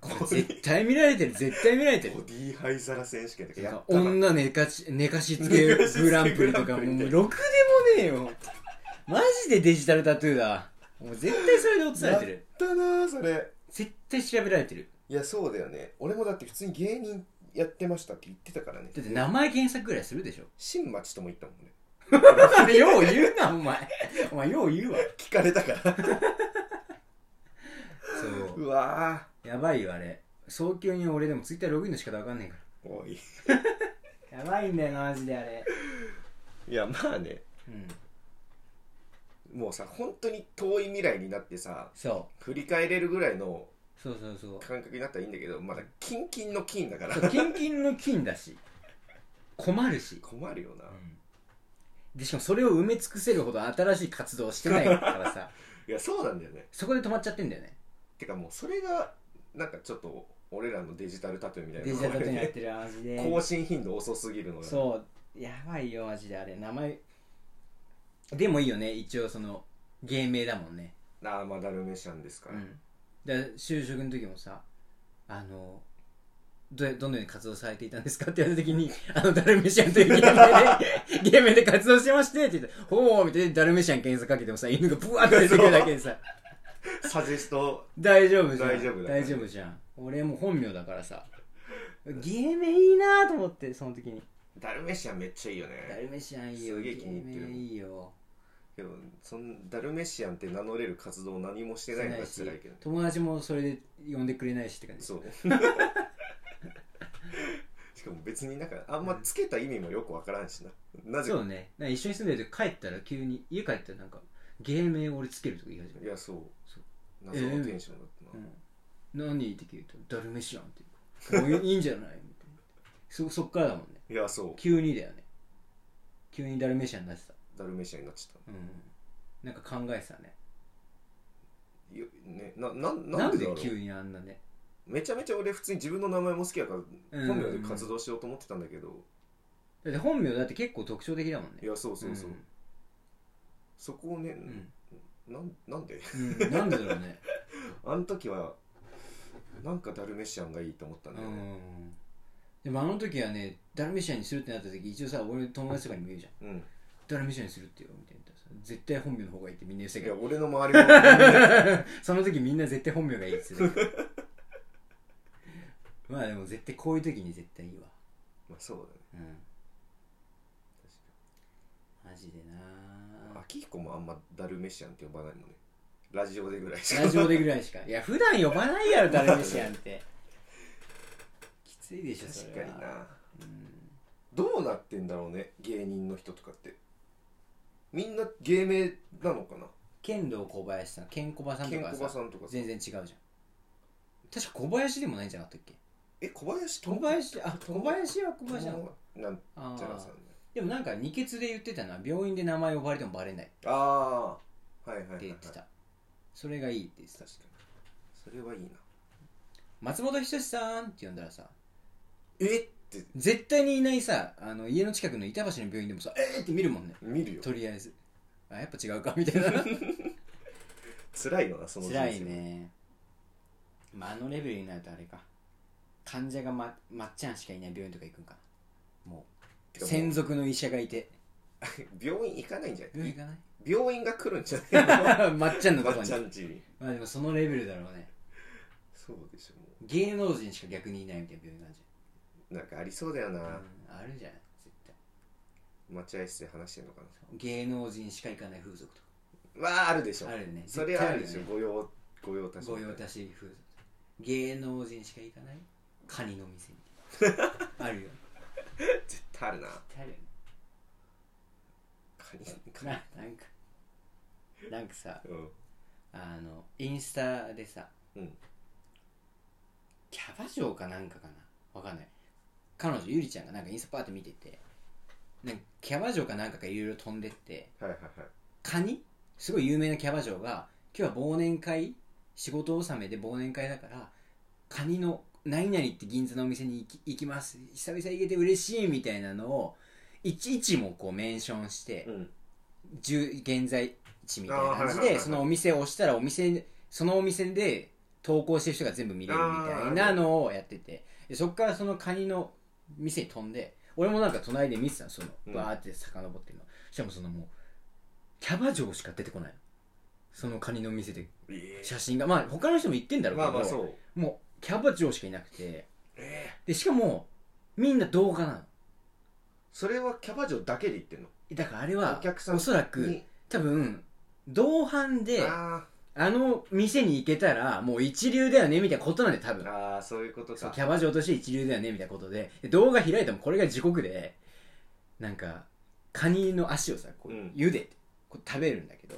これ絶対見られてる絶対見られてる
ボディハイザラ選手権とかやったな
女寝かし寝かしつけグランプリとかもうろくでもねえよマジでデジタルタトゥーだもう絶対それで落とされて
やっ
る
たなそれ
絶対調べられてる
いやそうだよね俺もだって普通に芸人やってましたって言ってたからね
だって名前検索ぐらいするで しょ
新町とも言ったもんね
よう言うなお前お前よう言うわ
聞かれたから
そう
わ
うやばいよあれ早急に俺でもツイッターログインの仕方わかんないか
ーおい
らやばいんだよなマジであれ
いやまあね
うん
もうさ本当に遠い未来になってさ
そ
振り返れるぐらいの
うそうそうそう
感覚になったらいいんだけどまだキンキンの金だから
そうキンキンの金だし困るし、
困るよな
でしかもそれを埋め尽くせるほど新しい活動をしてないからさ
いやそうなんだよね
そこで止まっちゃってんだよね
てかもうそれがなんかちょっと俺らのデジタルタトゥーみたいな
デジタルタトゥーにやってるマジで
更新頻度遅すぎるのよ
そうやばいよマジであれ名前でもいいよね一応その芸名だもんね
ああまあダルメシャンですか
う
ら、
んだから就職の時もさあのどうやどのように活動されていたんですかって言われた時に 「あのダルメシャンという芸名で芸名で活動してまして」って言ったら「ほう」みたいなダルメシャン検索かけてもさ犬がブワーって出てくるだけでさ
サジェスト
大丈夫じゃん
大丈夫だから
大丈夫じゃん俺もう本名だからさ芸名いいなと思ってその時に
ダルメシャンめっちゃいいよ
ダ
ね
ルメシャンいいよ
すげえ気
芸
に入ってる
名いいよ
けどそんダルメシアンって名乗れる活動を何もしてないのが辛いけどね
友達もそれで呼んでくれないしって感じ
そう しかも別になんかあんまつけた意味もよくわからんしななぜ
そ
か
うねなんか一緒に住んでる時帰ったら急に家帰ったらなんか芸名俺つけるとか言い始め
い
る、
やそう
そう
謎のテンションだった
う
な、
ん、何って聞うと「ダルメシアン」って言うからもういいいいんじゃないみたいなそそっからだもんね
いやそう
急にだよね急にダルメシアンになってた
ダルメシアンになっちゃっ
うんなんか考えてたね
たよねなな
な
なんんでだろう
で急にあんなね
めちゃめちゃ俺普通に自分の名前も好きやから
うん
本名で活動しようと思ってたんだけど、
だって本名だって結構特徴的だもん
い
ね
やそうそうそう、
ん
そこをね、
うん
なんなんで
うんなんでだろうね
あの時はなんかダルメシアンがいいと思った
うん
だよね
んでもあの時はねダルメシアンにするってなった時一応さ俺友達とかにも言うじゃん
うん、
ダルメシアンにするってよみたいなさ絶対本名の方がいいってみんな言って
い
たけ
や
ど
俺の周りもみ んな
その時みんな絶対本名がいいっつってたけどまあでも絶対こういう時に絶対いいわ
まあそうだね
うん
確
マジで
か
な
に秋彦もあんまダルメシアンって呼ばないのねラジオでぐらいしか
ラジオでぐらいしかいや普段呼ばないやろダルメシアンってきついでしょそ
確か
れは
にな
うん
どうなってんだろうね芸人の人とかってみんな芸名なのかな
剣道小林さんケンコバさん
ケ
と
ン
か
コバ
さ
さんとかさ
全然違うじゃん確か小林でもないんじゃなかったっけ
え小林
小林あ小林は小林なのか
なん
あ
ちゃらさん
ー
ね
でもなんか二血で言ってたのは病院で名前呼ばれてもバレないって
ああはいはいはい、はい、
言ってたそれがいいって言ってた
確かにそれはいいな
松本人志さんって呼んだらさ
えって
絶対にいないさあの家の近くの板橋の病院でもさえーって見るもんね
見るよ
とりあえずあやっぱ違うかみた いな
辛いよなその人生
辛いねまああのレベルになるとあれか患者がままっちゃんしかいない病院とか行くんかなも
てかも
う
う
専属の医者がいて
病院行かないんじゃな
病
い
院行か
病院が来るんじゃ ない
ない まっちゃんの
の
と
ば
こ
っ
に
ちゃんちに
まあでもそのレベルだろうね
そうでしょも
芸能人しか逆にいないみたいな病院なんじ
うなんかありそうだよ
ゃん
な、
うんあるじゃん絶対
待合室で話してんのか
芸能人しか行かない風俗と
なわああるでしょ
かあるよね
それはあるでしょ
絶
御用御用達
対あるよね御用達風俗芸能人しか行かないカニの店みたいなあるよ
絶対あるな
絶対あるよね
カニカ
な
ニ
なんかなんかさ
うん
ああのインスタでさ、
うん
キャバ嬢かなんかかなわかんない彼女ゆりちゃんがなんかインスタパーって見ててなんかキャバ嬢かなんかがいろいろ飛んでって
はいはい
カニすごい有名なキャバ嬢が今日は忘年会仕事納めで忘年会だからカニの何々って銀座のお店に行き行きます久々行けて嬉しいみたいなのをいちいちもこうメンションして、
はいうん
住現在地みたいな感じ
あーはいはいはいは
で
い
そのお店を押したらお店そのお店で投稿してる人が全部見れるみたいなのをやっててでそっからそのカニの店に飛んで俺もなんか隣で見てたのその
うん
バーって遡ってるの、しかもそのもうキャバ嬢しか出てこないのそのカニの店で
え
写真がまあ他の人も行ってんだろうけ
ま
ど、
あまあそう
もうキャバ嬢しかいなくて
え
でしかもみんな動画なの
それはキャバ嬢だけで言ってんの
だからあれは
お客さん
おそらく
に
多分同伴で
あ
あの店に行けたらもう一流だよねみたいなことなんで多
ー
分
あーそういうこと
そう
か
キャバ嬢として一流だよねみたいなことでで動画開いてもこれが地獄でなんかカニの足をさこう
うん
茹でてこう食べるんだけど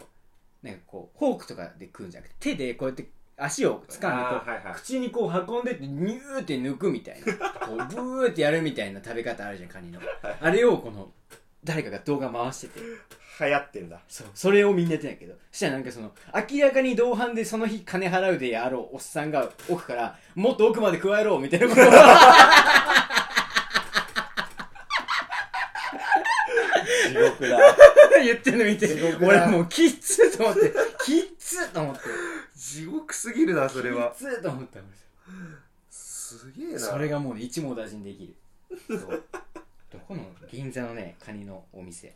なんかこうフォークとかで食うんじゃなくて手でこうやって足を掴ん
あ
でこ
ーはいはい
う口にこう運んでってニューって抜くみたいなこうブーってやるみたいな食べ方あるじゃんカニのあれをこの誰かが動画回してて
流行ってんだ
そうそれをみんなやってんだけどそしたらなんかその明らかに同伴でその日金払うであろうおっさんが奥からもっと奥まで加えろみたいなことを
地獄だ
言ってるの見て
地獄だ
俺もうキッズと思ってキッズと思って
地獄すぎるなそ
キ
れ
ッ
は
ズと思った俺
すげえな
それがもうね一網打尽できるそうどこの銀座のねカニのお店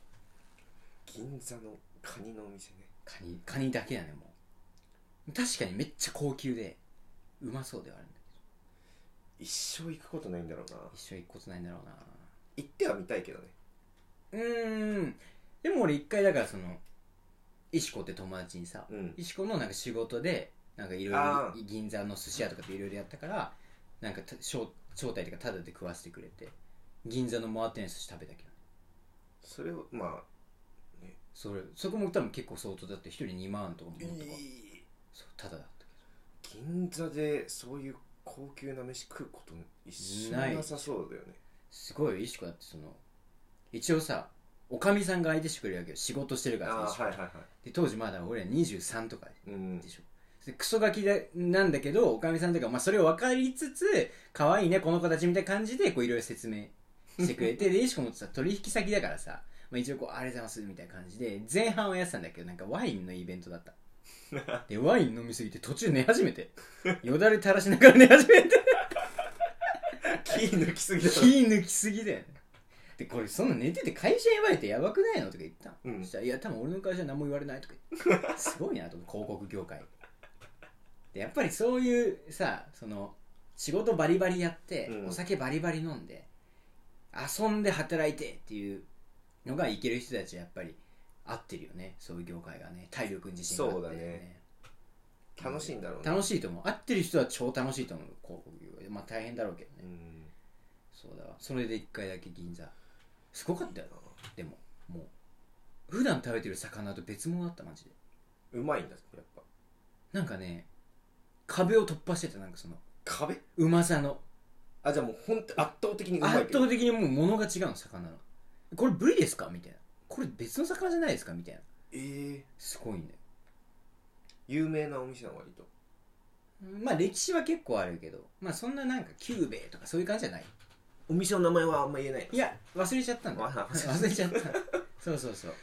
銀座のカニのお店ね
カニカニだけだねもう確かにめっちゃ高級でうまそうではあるんだけ
一生行くことないんだろうな
ど一生行くことないんだろうな
行っては見たいけどね
うーんでも俺一回だからその石子って友達にさ
うん
石子のなんか仕事でなんかいろい
あ
ろ銀座の寿司屋とかでいろいろやったからなんかた招招待とかタダで食わせてくれて銀座の回ってない寿司食べたけど
それをまあ
それそこも多分結構相当だって一人2万とかももっとかそうタダだった
銀座でそういう高級な飯食うこと一
な
生
い
なさそうだよね
すごいよ石子だってその一応さおかみさんが相手してくれるわけよ仕事してるから
ああ
さ石子
はいはいは
で当時まだ俺ら23とか
いうん
でしょでクソガキだなんだけどおかみさんとか、まあ、それを分かりつつ可愛いねこの子たちみたいな感じでこういろいろ説明してくれてで石子もさ取引先だからさ、まあ、一応こう「ありがとうございます」みたいな感じで前半はやってたんだけどなんかワインのイベントだったでワイン飲みすぎて途中寝始めてよだれ垂らしながら寝始めて
気抜きすぎ
火
だろ
抜きすぎだよねでこれそんな寝てて会社呼ばれてやばくないのとか言ったの、
うん
そしたら「いや多分俺の会社は何も言われない」とか言って すごいなと思って広告業界でやっぱりそういうさその仕事バリバリやって、
うん
お酒バリバリ飲んで遊んで働いてっていうのがいける人たちはやっぱり合ってるよねそういう業界がね体力に自信があって、
そうだね楽しいんだろうね
楽しいと思う合ってる人は超楽しいと思う広告業界まあ大変だろうけどね、
うん
そうだわそれで一回だけ銀座すごかったよでももう普段食べてる魚と別物だったマジで
うまいんだやっぱ
なんかね壁を突破してたなんかその
壁
うまさの
あじゃあもう本当圧倒的にうまい
圧
けど
倒的にもう物が違うの魚のこれブリですかみたいなこれ別の魚じゃないですかみたいな
えー
すごいんだよ
有名なお店なの割と
まあ歴史は結構あるけどまあそんななんか久兵衛とかそういう感じじゃない
お店の名前はあんま言えない
いや忘れちゃったんだ
あら
忘れちゃったそうそうそう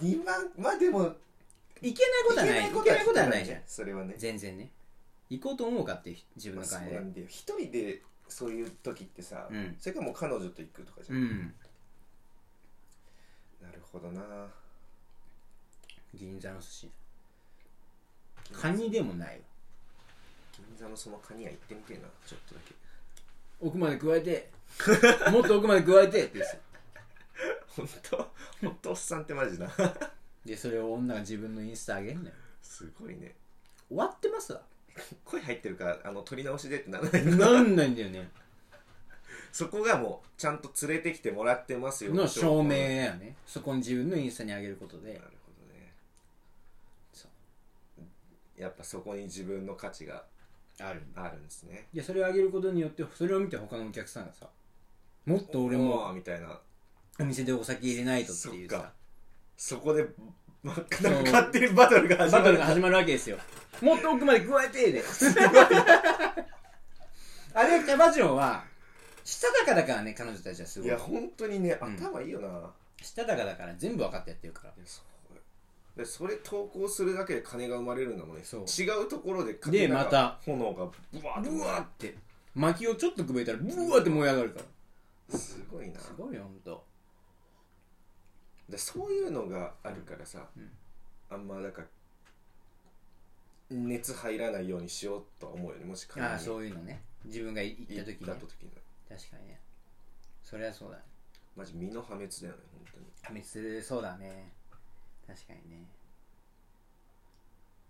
今まあでも
いけないことはないいけないことはないじゃん
それはね
全然ね行こうと思うかっていう自分
ま
の
あそう
会
な
で
んだよ一人でそういう時ってさ
うん
それかもう彼女と行くとかじ
う
ゃん
ん
なるほどな
銀座の寿司カニでもないわ
銀座のそのカニ屋行ってみてえなちょっとだけ
奥まで加えて もっと奥まで加えてって言ってた
本当本当おっさんってマジな
でそれを女が自分のインスタ上げんのよ
すごいね
終わってますわ
声入ってるからあの撮り直しでってならない
なんないんだよね
そこがもうちゃんと連れてきてもらってますよ
の証明
なる
だよねそこに自分のインスタに上げることで
ほどね
そう
やっぱそこに自分の価値が
あるんだ
あるんですね
いやそれをあげることによってそれを見て他のお客さんがさもっと俺
おー
も
みたいな
お店でお酒入れないとっていう
そっ
さ
かそこで、ま、なんか勝手にバトルが始ま
バトル
る
が始まるわけですよもっと奥まで加えてで あれはキャバ嬢はしたたかだからね彼女たちはす
い
ごい
や本当にね
うん
頭いいよな、
したたかだから全部分かってやってるから
いやそうでそれ投稿するだけで金が生まれるんだもんね
そう
違うところで
でまた
炎がブワーッと
ブワーって薪をちょっとくべたらブワーって燃え上がるから
すごいな
すごいよほんと
でそういうのがあるからさ、
うん
あんまなんか熱入らないようにしようとは思うよねもし
ああ
行っ
そういうのね自分が行った時に
た
ね
時に
確かにねそれはそうだね
マジ身の破滅だよね本当に
破滅そうだね確かにね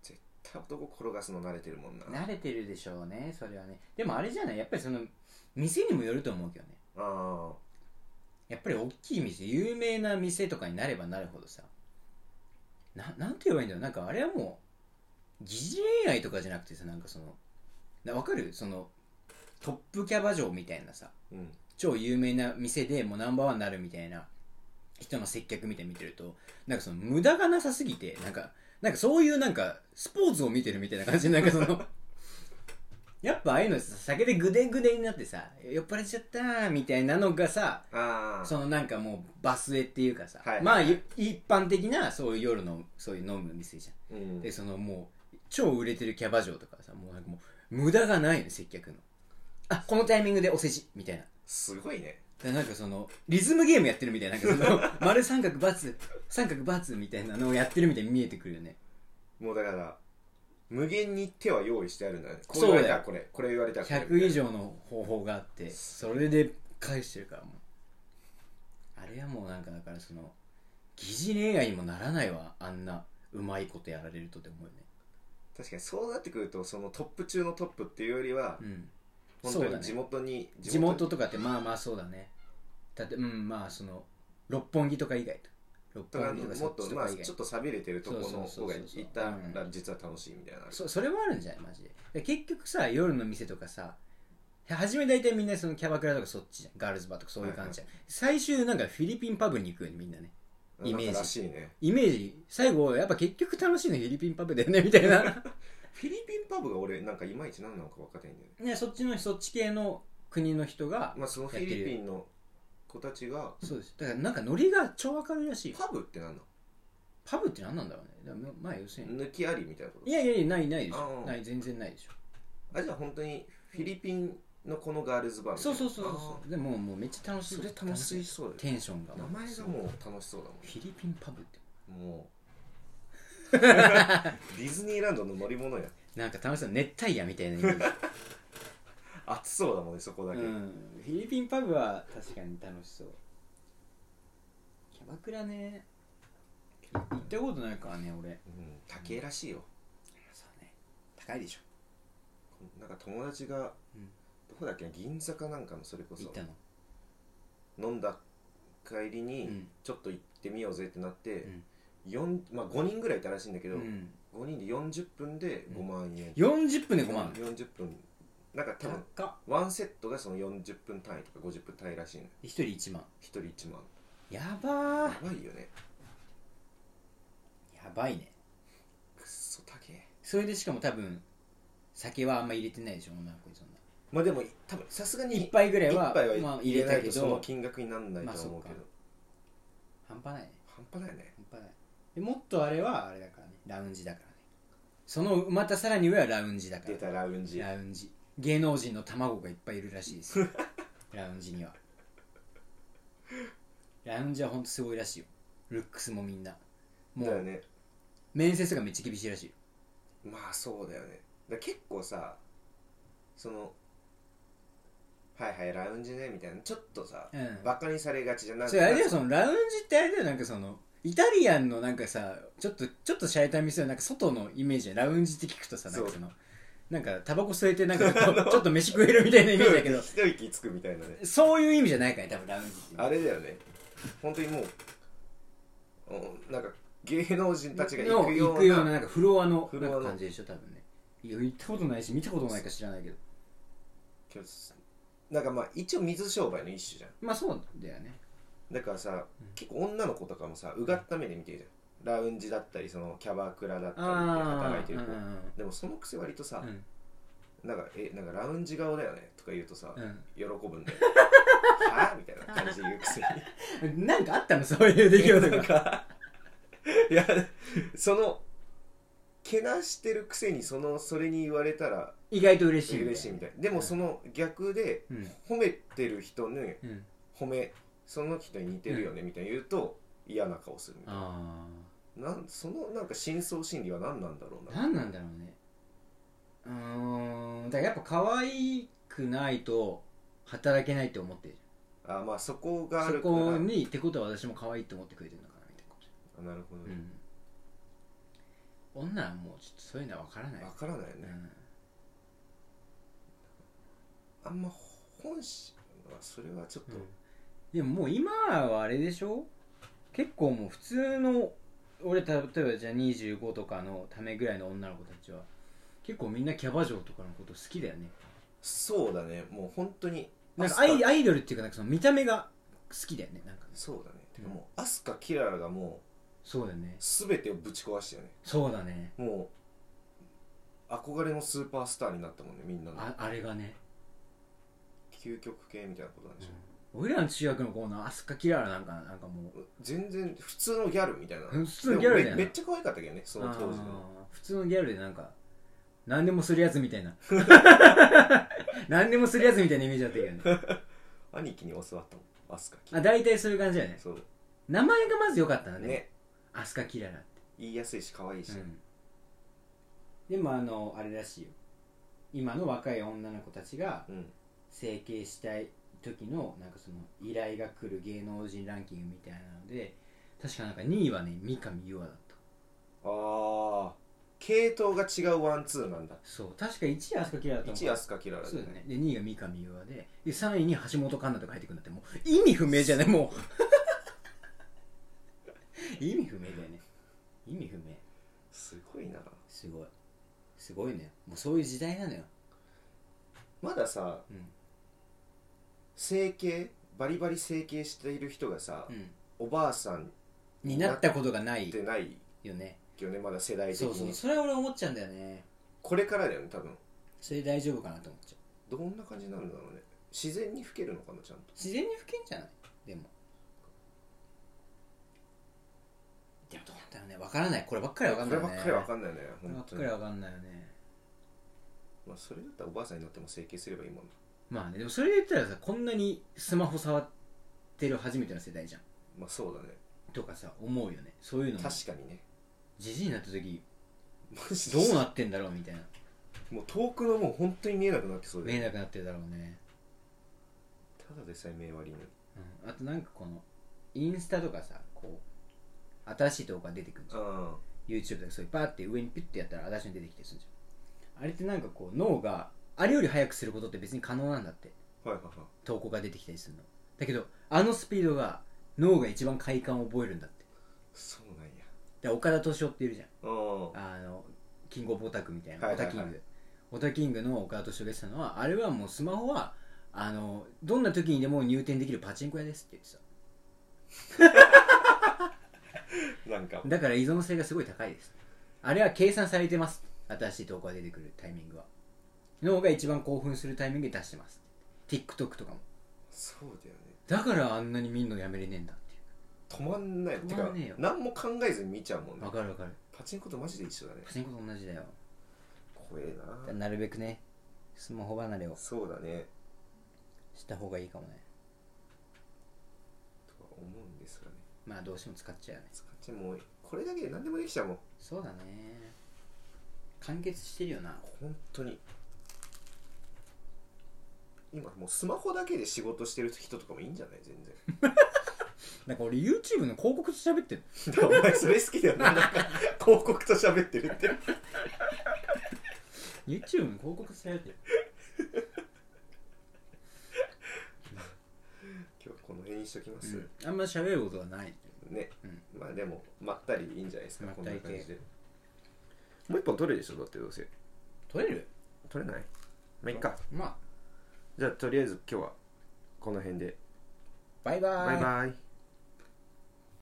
絶対男転がすの慣れてるもんな
慣れてるでしょうねそれはねでもあれじゃないやっぱりその店にもよると思うけどね
ああ
やっぱり大きい店有名な店とかになればなるほどさななんて言えばいいんだろうなんかあれはもう疑似恋愛とかじゃなくてさなんかそのなわかるそのトップキャバ嬢みたいなさ
うん
超有名な店でもうナンバーワンになるみたいな人の接客みたいに見てるとなんかその無駄がなさすぎてなんかなんかそういうなんかスポーツを見てるみたいな感じでなんかそのやっぱああいうのさ酒でぐでんぐでんになってさ酔っ払っちゃったーみたいなのがさ
ああ
そのなんかもうバスエっていうかさ、
はい
まあゆ一般的なそういう夜のそういう飲む店じゃ
うんん
でそのもう超売れてるキャバ嬢とかさもうなんかもう無駄がないのよ接客のあこのタイミングでお世辞みたいな
すごいね
でなんかそのリズムゲームやってるみたいななんかその 丸三角バツ三角バツみたいなのをやってるみたいに見えてくるよね
もうだから無限に手は用意してあるんだよねこれ
そう
言
だ
われた
よ
らこれこれ言われたらこれ
100以上の方法があってそれで返してるからもうあれはもうなんかだからその疑似恋愛にもならないわあんなうまいことやられるとって思うよね
確かにそうなってくるとそのトップ中のトップっていうよりは、
うん
本
そう
当
だ
に
ね
地元に
地元とかってまあまあそうだねだってうんまあその六本木とか以外と六
とか
本
に
木と
も
かそ
っ
っち
と
と
ま
か
あ
以外
ちょっと寂れてるとこの
そ
方
う
が
そうそうそう
いた
う
ら
ん
実は楽しいみたいなのある
そそれはあるんじゃないマジでで結局さ夜の店とかさ初め大体みんなそのキャバクラとかそっちじゃんガールズバーとかそういう感じじゃん、最終なんかフィリピンパブに行くよねみんなね
うん
イメージ
なんからしいね
イメージ最後やっぱ結局楽しいのフィリピンパブだよねみたいな
フィリピンパブが俺なんかいまいち何なのか分かってないんだよね
ねそっちのそっち系の国の人が、
まあそのフィリピンの子たちが
そうですだからなんかノリが超明るいらしいよ
パブって何な
パブって何なんだろうねだからまあ要するに、
の抜きありみたいなこ
い
と
やいやいやないないでし
あ
ょ
あ
ない全然ないでしょ
あじゃあ本当にフィリピンのこのガールズバーみたい
そう
な
そうそうそうでももうめっちゃ楽しい
あーそれ楽しそうだよ
テンションが
名前がもう楽しそうだ
フィリピンパブって
もんも うディズニーランドの乗り物や
なんか楽しそう熱帯夜みたいなイメージ、
暑そうだもんねそこだけ、
ん、フィリピンパブは確かに楽しそうキャバクラね行ったことないからね俺
うん、高いらしいよ
そうね高いでしょ
なんか友達が、
うん
どこだっけな銀座かなんかのそれこ
行
そ
ったの
飲んだ帰り
う
に、
ん
ちょっと行ってみようぜってなって
うん、
四まあ、5人ぐらいいたらしいんだけ
う
ど、
ん、
5人で40分で5万円、
40分で5万
40分なんか多分
高っ
ワンセットがその40分単位とか50分単位らしいのよ
1人1万
1人1万
やばー
やばいよね
やばいね
くっそ高え
それでしかも多分酒はあんま入れてないでしょ女の子にそんな
まあでも多分さすがに
一杯ぐらいは
一杯は
まあ、
入
入
れ
れ
な
た
い
け
とその
ど
金額にならないと思うけど、
半端ないね
半端ないね
半端ないでもっとあれはあれだからねラウンジだからねそのまたさらに上はラウンジだか
出
ら
たラウンジ
ラウンジ芸能人の卵がいっぱいいるらしい ですよラウンジにはラウンジはほんとすごいらしいよルックスもみんなも
だよ
う
ね
面接がめっちゃ厳しいらしいよ
まあそうだよねだから結構さそのはいはいラウンジねみたいなちょっとさ、
うん
バカにされがちじゃんなん
それあれだよそのラウンジってあれだよなんかそのイタリアンのなんかさちょっとちょっと洒落た店のなんか外のイメージでラウンジって聞くとさなんかそのなんかタバコ吸えてなんか ちょっとちょっと飯食えるみたいなイメージだけど
一息つくみたいなね
そういう意味じゃないからね多分ラウンジって
あれだよね本当にもううんなんか芸能人たちが行
の
く
行
よ
くよ
う
うな
な
なんかフロアの
フロ
な
ア
ん
の
か感じでしょ多分ねいや行ったことないし見たことないか知らないけど
なんかまあ一応水商売の一種じゃん
まあそうだよね
だからさ
うん
結構女の子とかもさうがった目で見てるじゃんラウンジだったりそのキャバクラだったりで
あ
働い
あ
てる子でもそのくせ割とさ、
うん
なんか「えなんかラウンジ顔だよね」とか言うとさ、
うん
喜ぶんだよ はみたいな感じで言うくせに
うんなんかあったのそういう出来事
なん
が
かいやそのけなしてるくせにそのそれに言われたら
意外と嬉しい
嬉しいみたいなで
う
も
ん
その逆で
うん
褒めてる人に
うん
褒めその人に似てるよねみたいな言うと嫌な顔するみたい
あ
ななんそのなんか深層心理は何なんだろう
あ
な
何なんだろうねうーんだからやっぱ可愛くないと働けないって思ってる
あまあそこがあ
そ
るから
こにってことは私も可愛いって思ってくれてるのかなみたいな
あなるほど、ね
うん、女はもうちょっとそういうのは分からない、
分からないよね、あんま本心はそれはちょっと、
うんでももう今はあれでしょ結構もう普通の俺例えばじゃあ25とかのためぐらいの女の子たちは結構みんなキャバ嬢とかのこと好きだよね
そうだねもう本当に
なんか
ア
ア
スカ
イアイドルっていうかなんかその見た目が好きだよねなんか
そうだねてか
うん
もうアスカキララがも
そうだね
う全てをぶち壊したよね
そうだね
もう憧れのスーパースターになったもんねみんなの
ああれがね、
究極系みたいなことなんでしょ
俺らの中学のコーナーアスカキララなんかなんかもう
う全然普通のギャルみたいな
普通のギャルだよ
でもめめっちゃ可愛かったけどねその当時
あ
の
ー普通のギャルでなんか何でもするやつみたい な何でもするやつみたいなイメージだったけどね
兄貴に教わったもんアスカキ
あ
ララ
大体そういう感じだよね
そう
名前がまず良かったのね
ね
アスカキララっ
言いやすいし可愛いし、
て、うんでもあのあれらしいよ今の若い女の子たちが
うん
整形したい時のなんかその依頼が来る芸能人ランキングみたいなので確かなんか2位はね三上優愛だった
ああ系統が違うワンツーなんだ
そう確か1位アスカキララだったのか
1位アスカキララ
そうだねで2位が三上優愛でで3位に橋本環奈とか入ってくるんだってもう意味不明じゃないも う意味不明だよね意味不明
すごいな
すごいすごいねもうそういう時代なのよ、
まださ
うん
整形バリバリ整形している人がさ、
うん、
おばあさん
になったことがない
ってない
よね
よねまだ世代的に
そうそうそれは俺思っちゃうんだよね
これからだよね多分
それ大丈夫かなと思っちゃ
ど
う
んな感じになるんだろうね自然に老けるのかなちゃんと
自然に吹けんじゃないでもでもどうなんだろうね分からないこればっかりは分
こ
か
れ
ん
ば
ない、ね、
っかりわ
ん
かんないね本当
こ
に
ればっかりは分かんないよね
まあ、それだったらおばあさんになっても整形すればいいもん
まあねでもそれで言ったらさこんなにスマホ触ってる初めての世代じゃん
まあそうだね
とかさ思うよねそういうのも
確かにね
じじいになった時
マジ
ど
で
うなってんだろうみたいな
もう遠くのもう本当に見えなくなってそう
見え
で
なくなってるだろうね、
ただでさえ目悪いのに
うん、あとなんかこのインスタとかさこう新しい動画出てくるじゃん
あ
YouTube とかそういうバーって上にピュッてやったら新しいの出てきてるじゃんあれってなんかこう脳があれより早くすることって別に可能なんだって
あはいはいはい
投稿が出てきたりするのだけどあのスピードが脳が一番快感を覚えるんだって
そうなんや
で岡田斗司夫っているじゃん
うん
あのキングオブオタクみたいな
は
オ
いはい
タ
はい
キングオタキングの岡田斗司夫が言ってたのはあれはもうスマホはあのどんな時にでも入店できるパチンコ屋ですって言ってた
なんか
だから依存性がすごい高いですあれは計算されてます新しい投稿が出てくるタイミングは脳が一番興奮するタイミングで出してます TikTok とかも
そうだよね
だからあんなに見んのやめれねえんだってい
止まんない
止まんねえよ
てか何も考えずに見ちゃうもん
う
ね
わかるわかる
パチンコとマジで一緒だね
パチンコと同じだよ
怖え
だから
な
なるべくねスマホ離れを
そうだね
した方がいいかもね
とは思うんですがね
まあどうしても使っちゃうよね
使っちゃもうこれだけで何でもできちゃうもん
そうだね完結してるよな
本当に今もうスマホだけで仕事してる人とかもいいんじゃない全
なんか俺 YouTube の広告と喋ってる
然お前それ好きだよななんか広告と喋ってるって
YouTube の広告と喋ってる
今日この辺にしときます、
あんま喋ることがない
ね、
うん
ままあでもまったりでいいんじゃないですか
ま
こ
っ
ん
た
な
り系
感じでもう一本取るでしょだってどうせ
取れる
取れないまあいっか
まあ
じゃあとりあえず今日はこの辺で
バイバー
バイバイ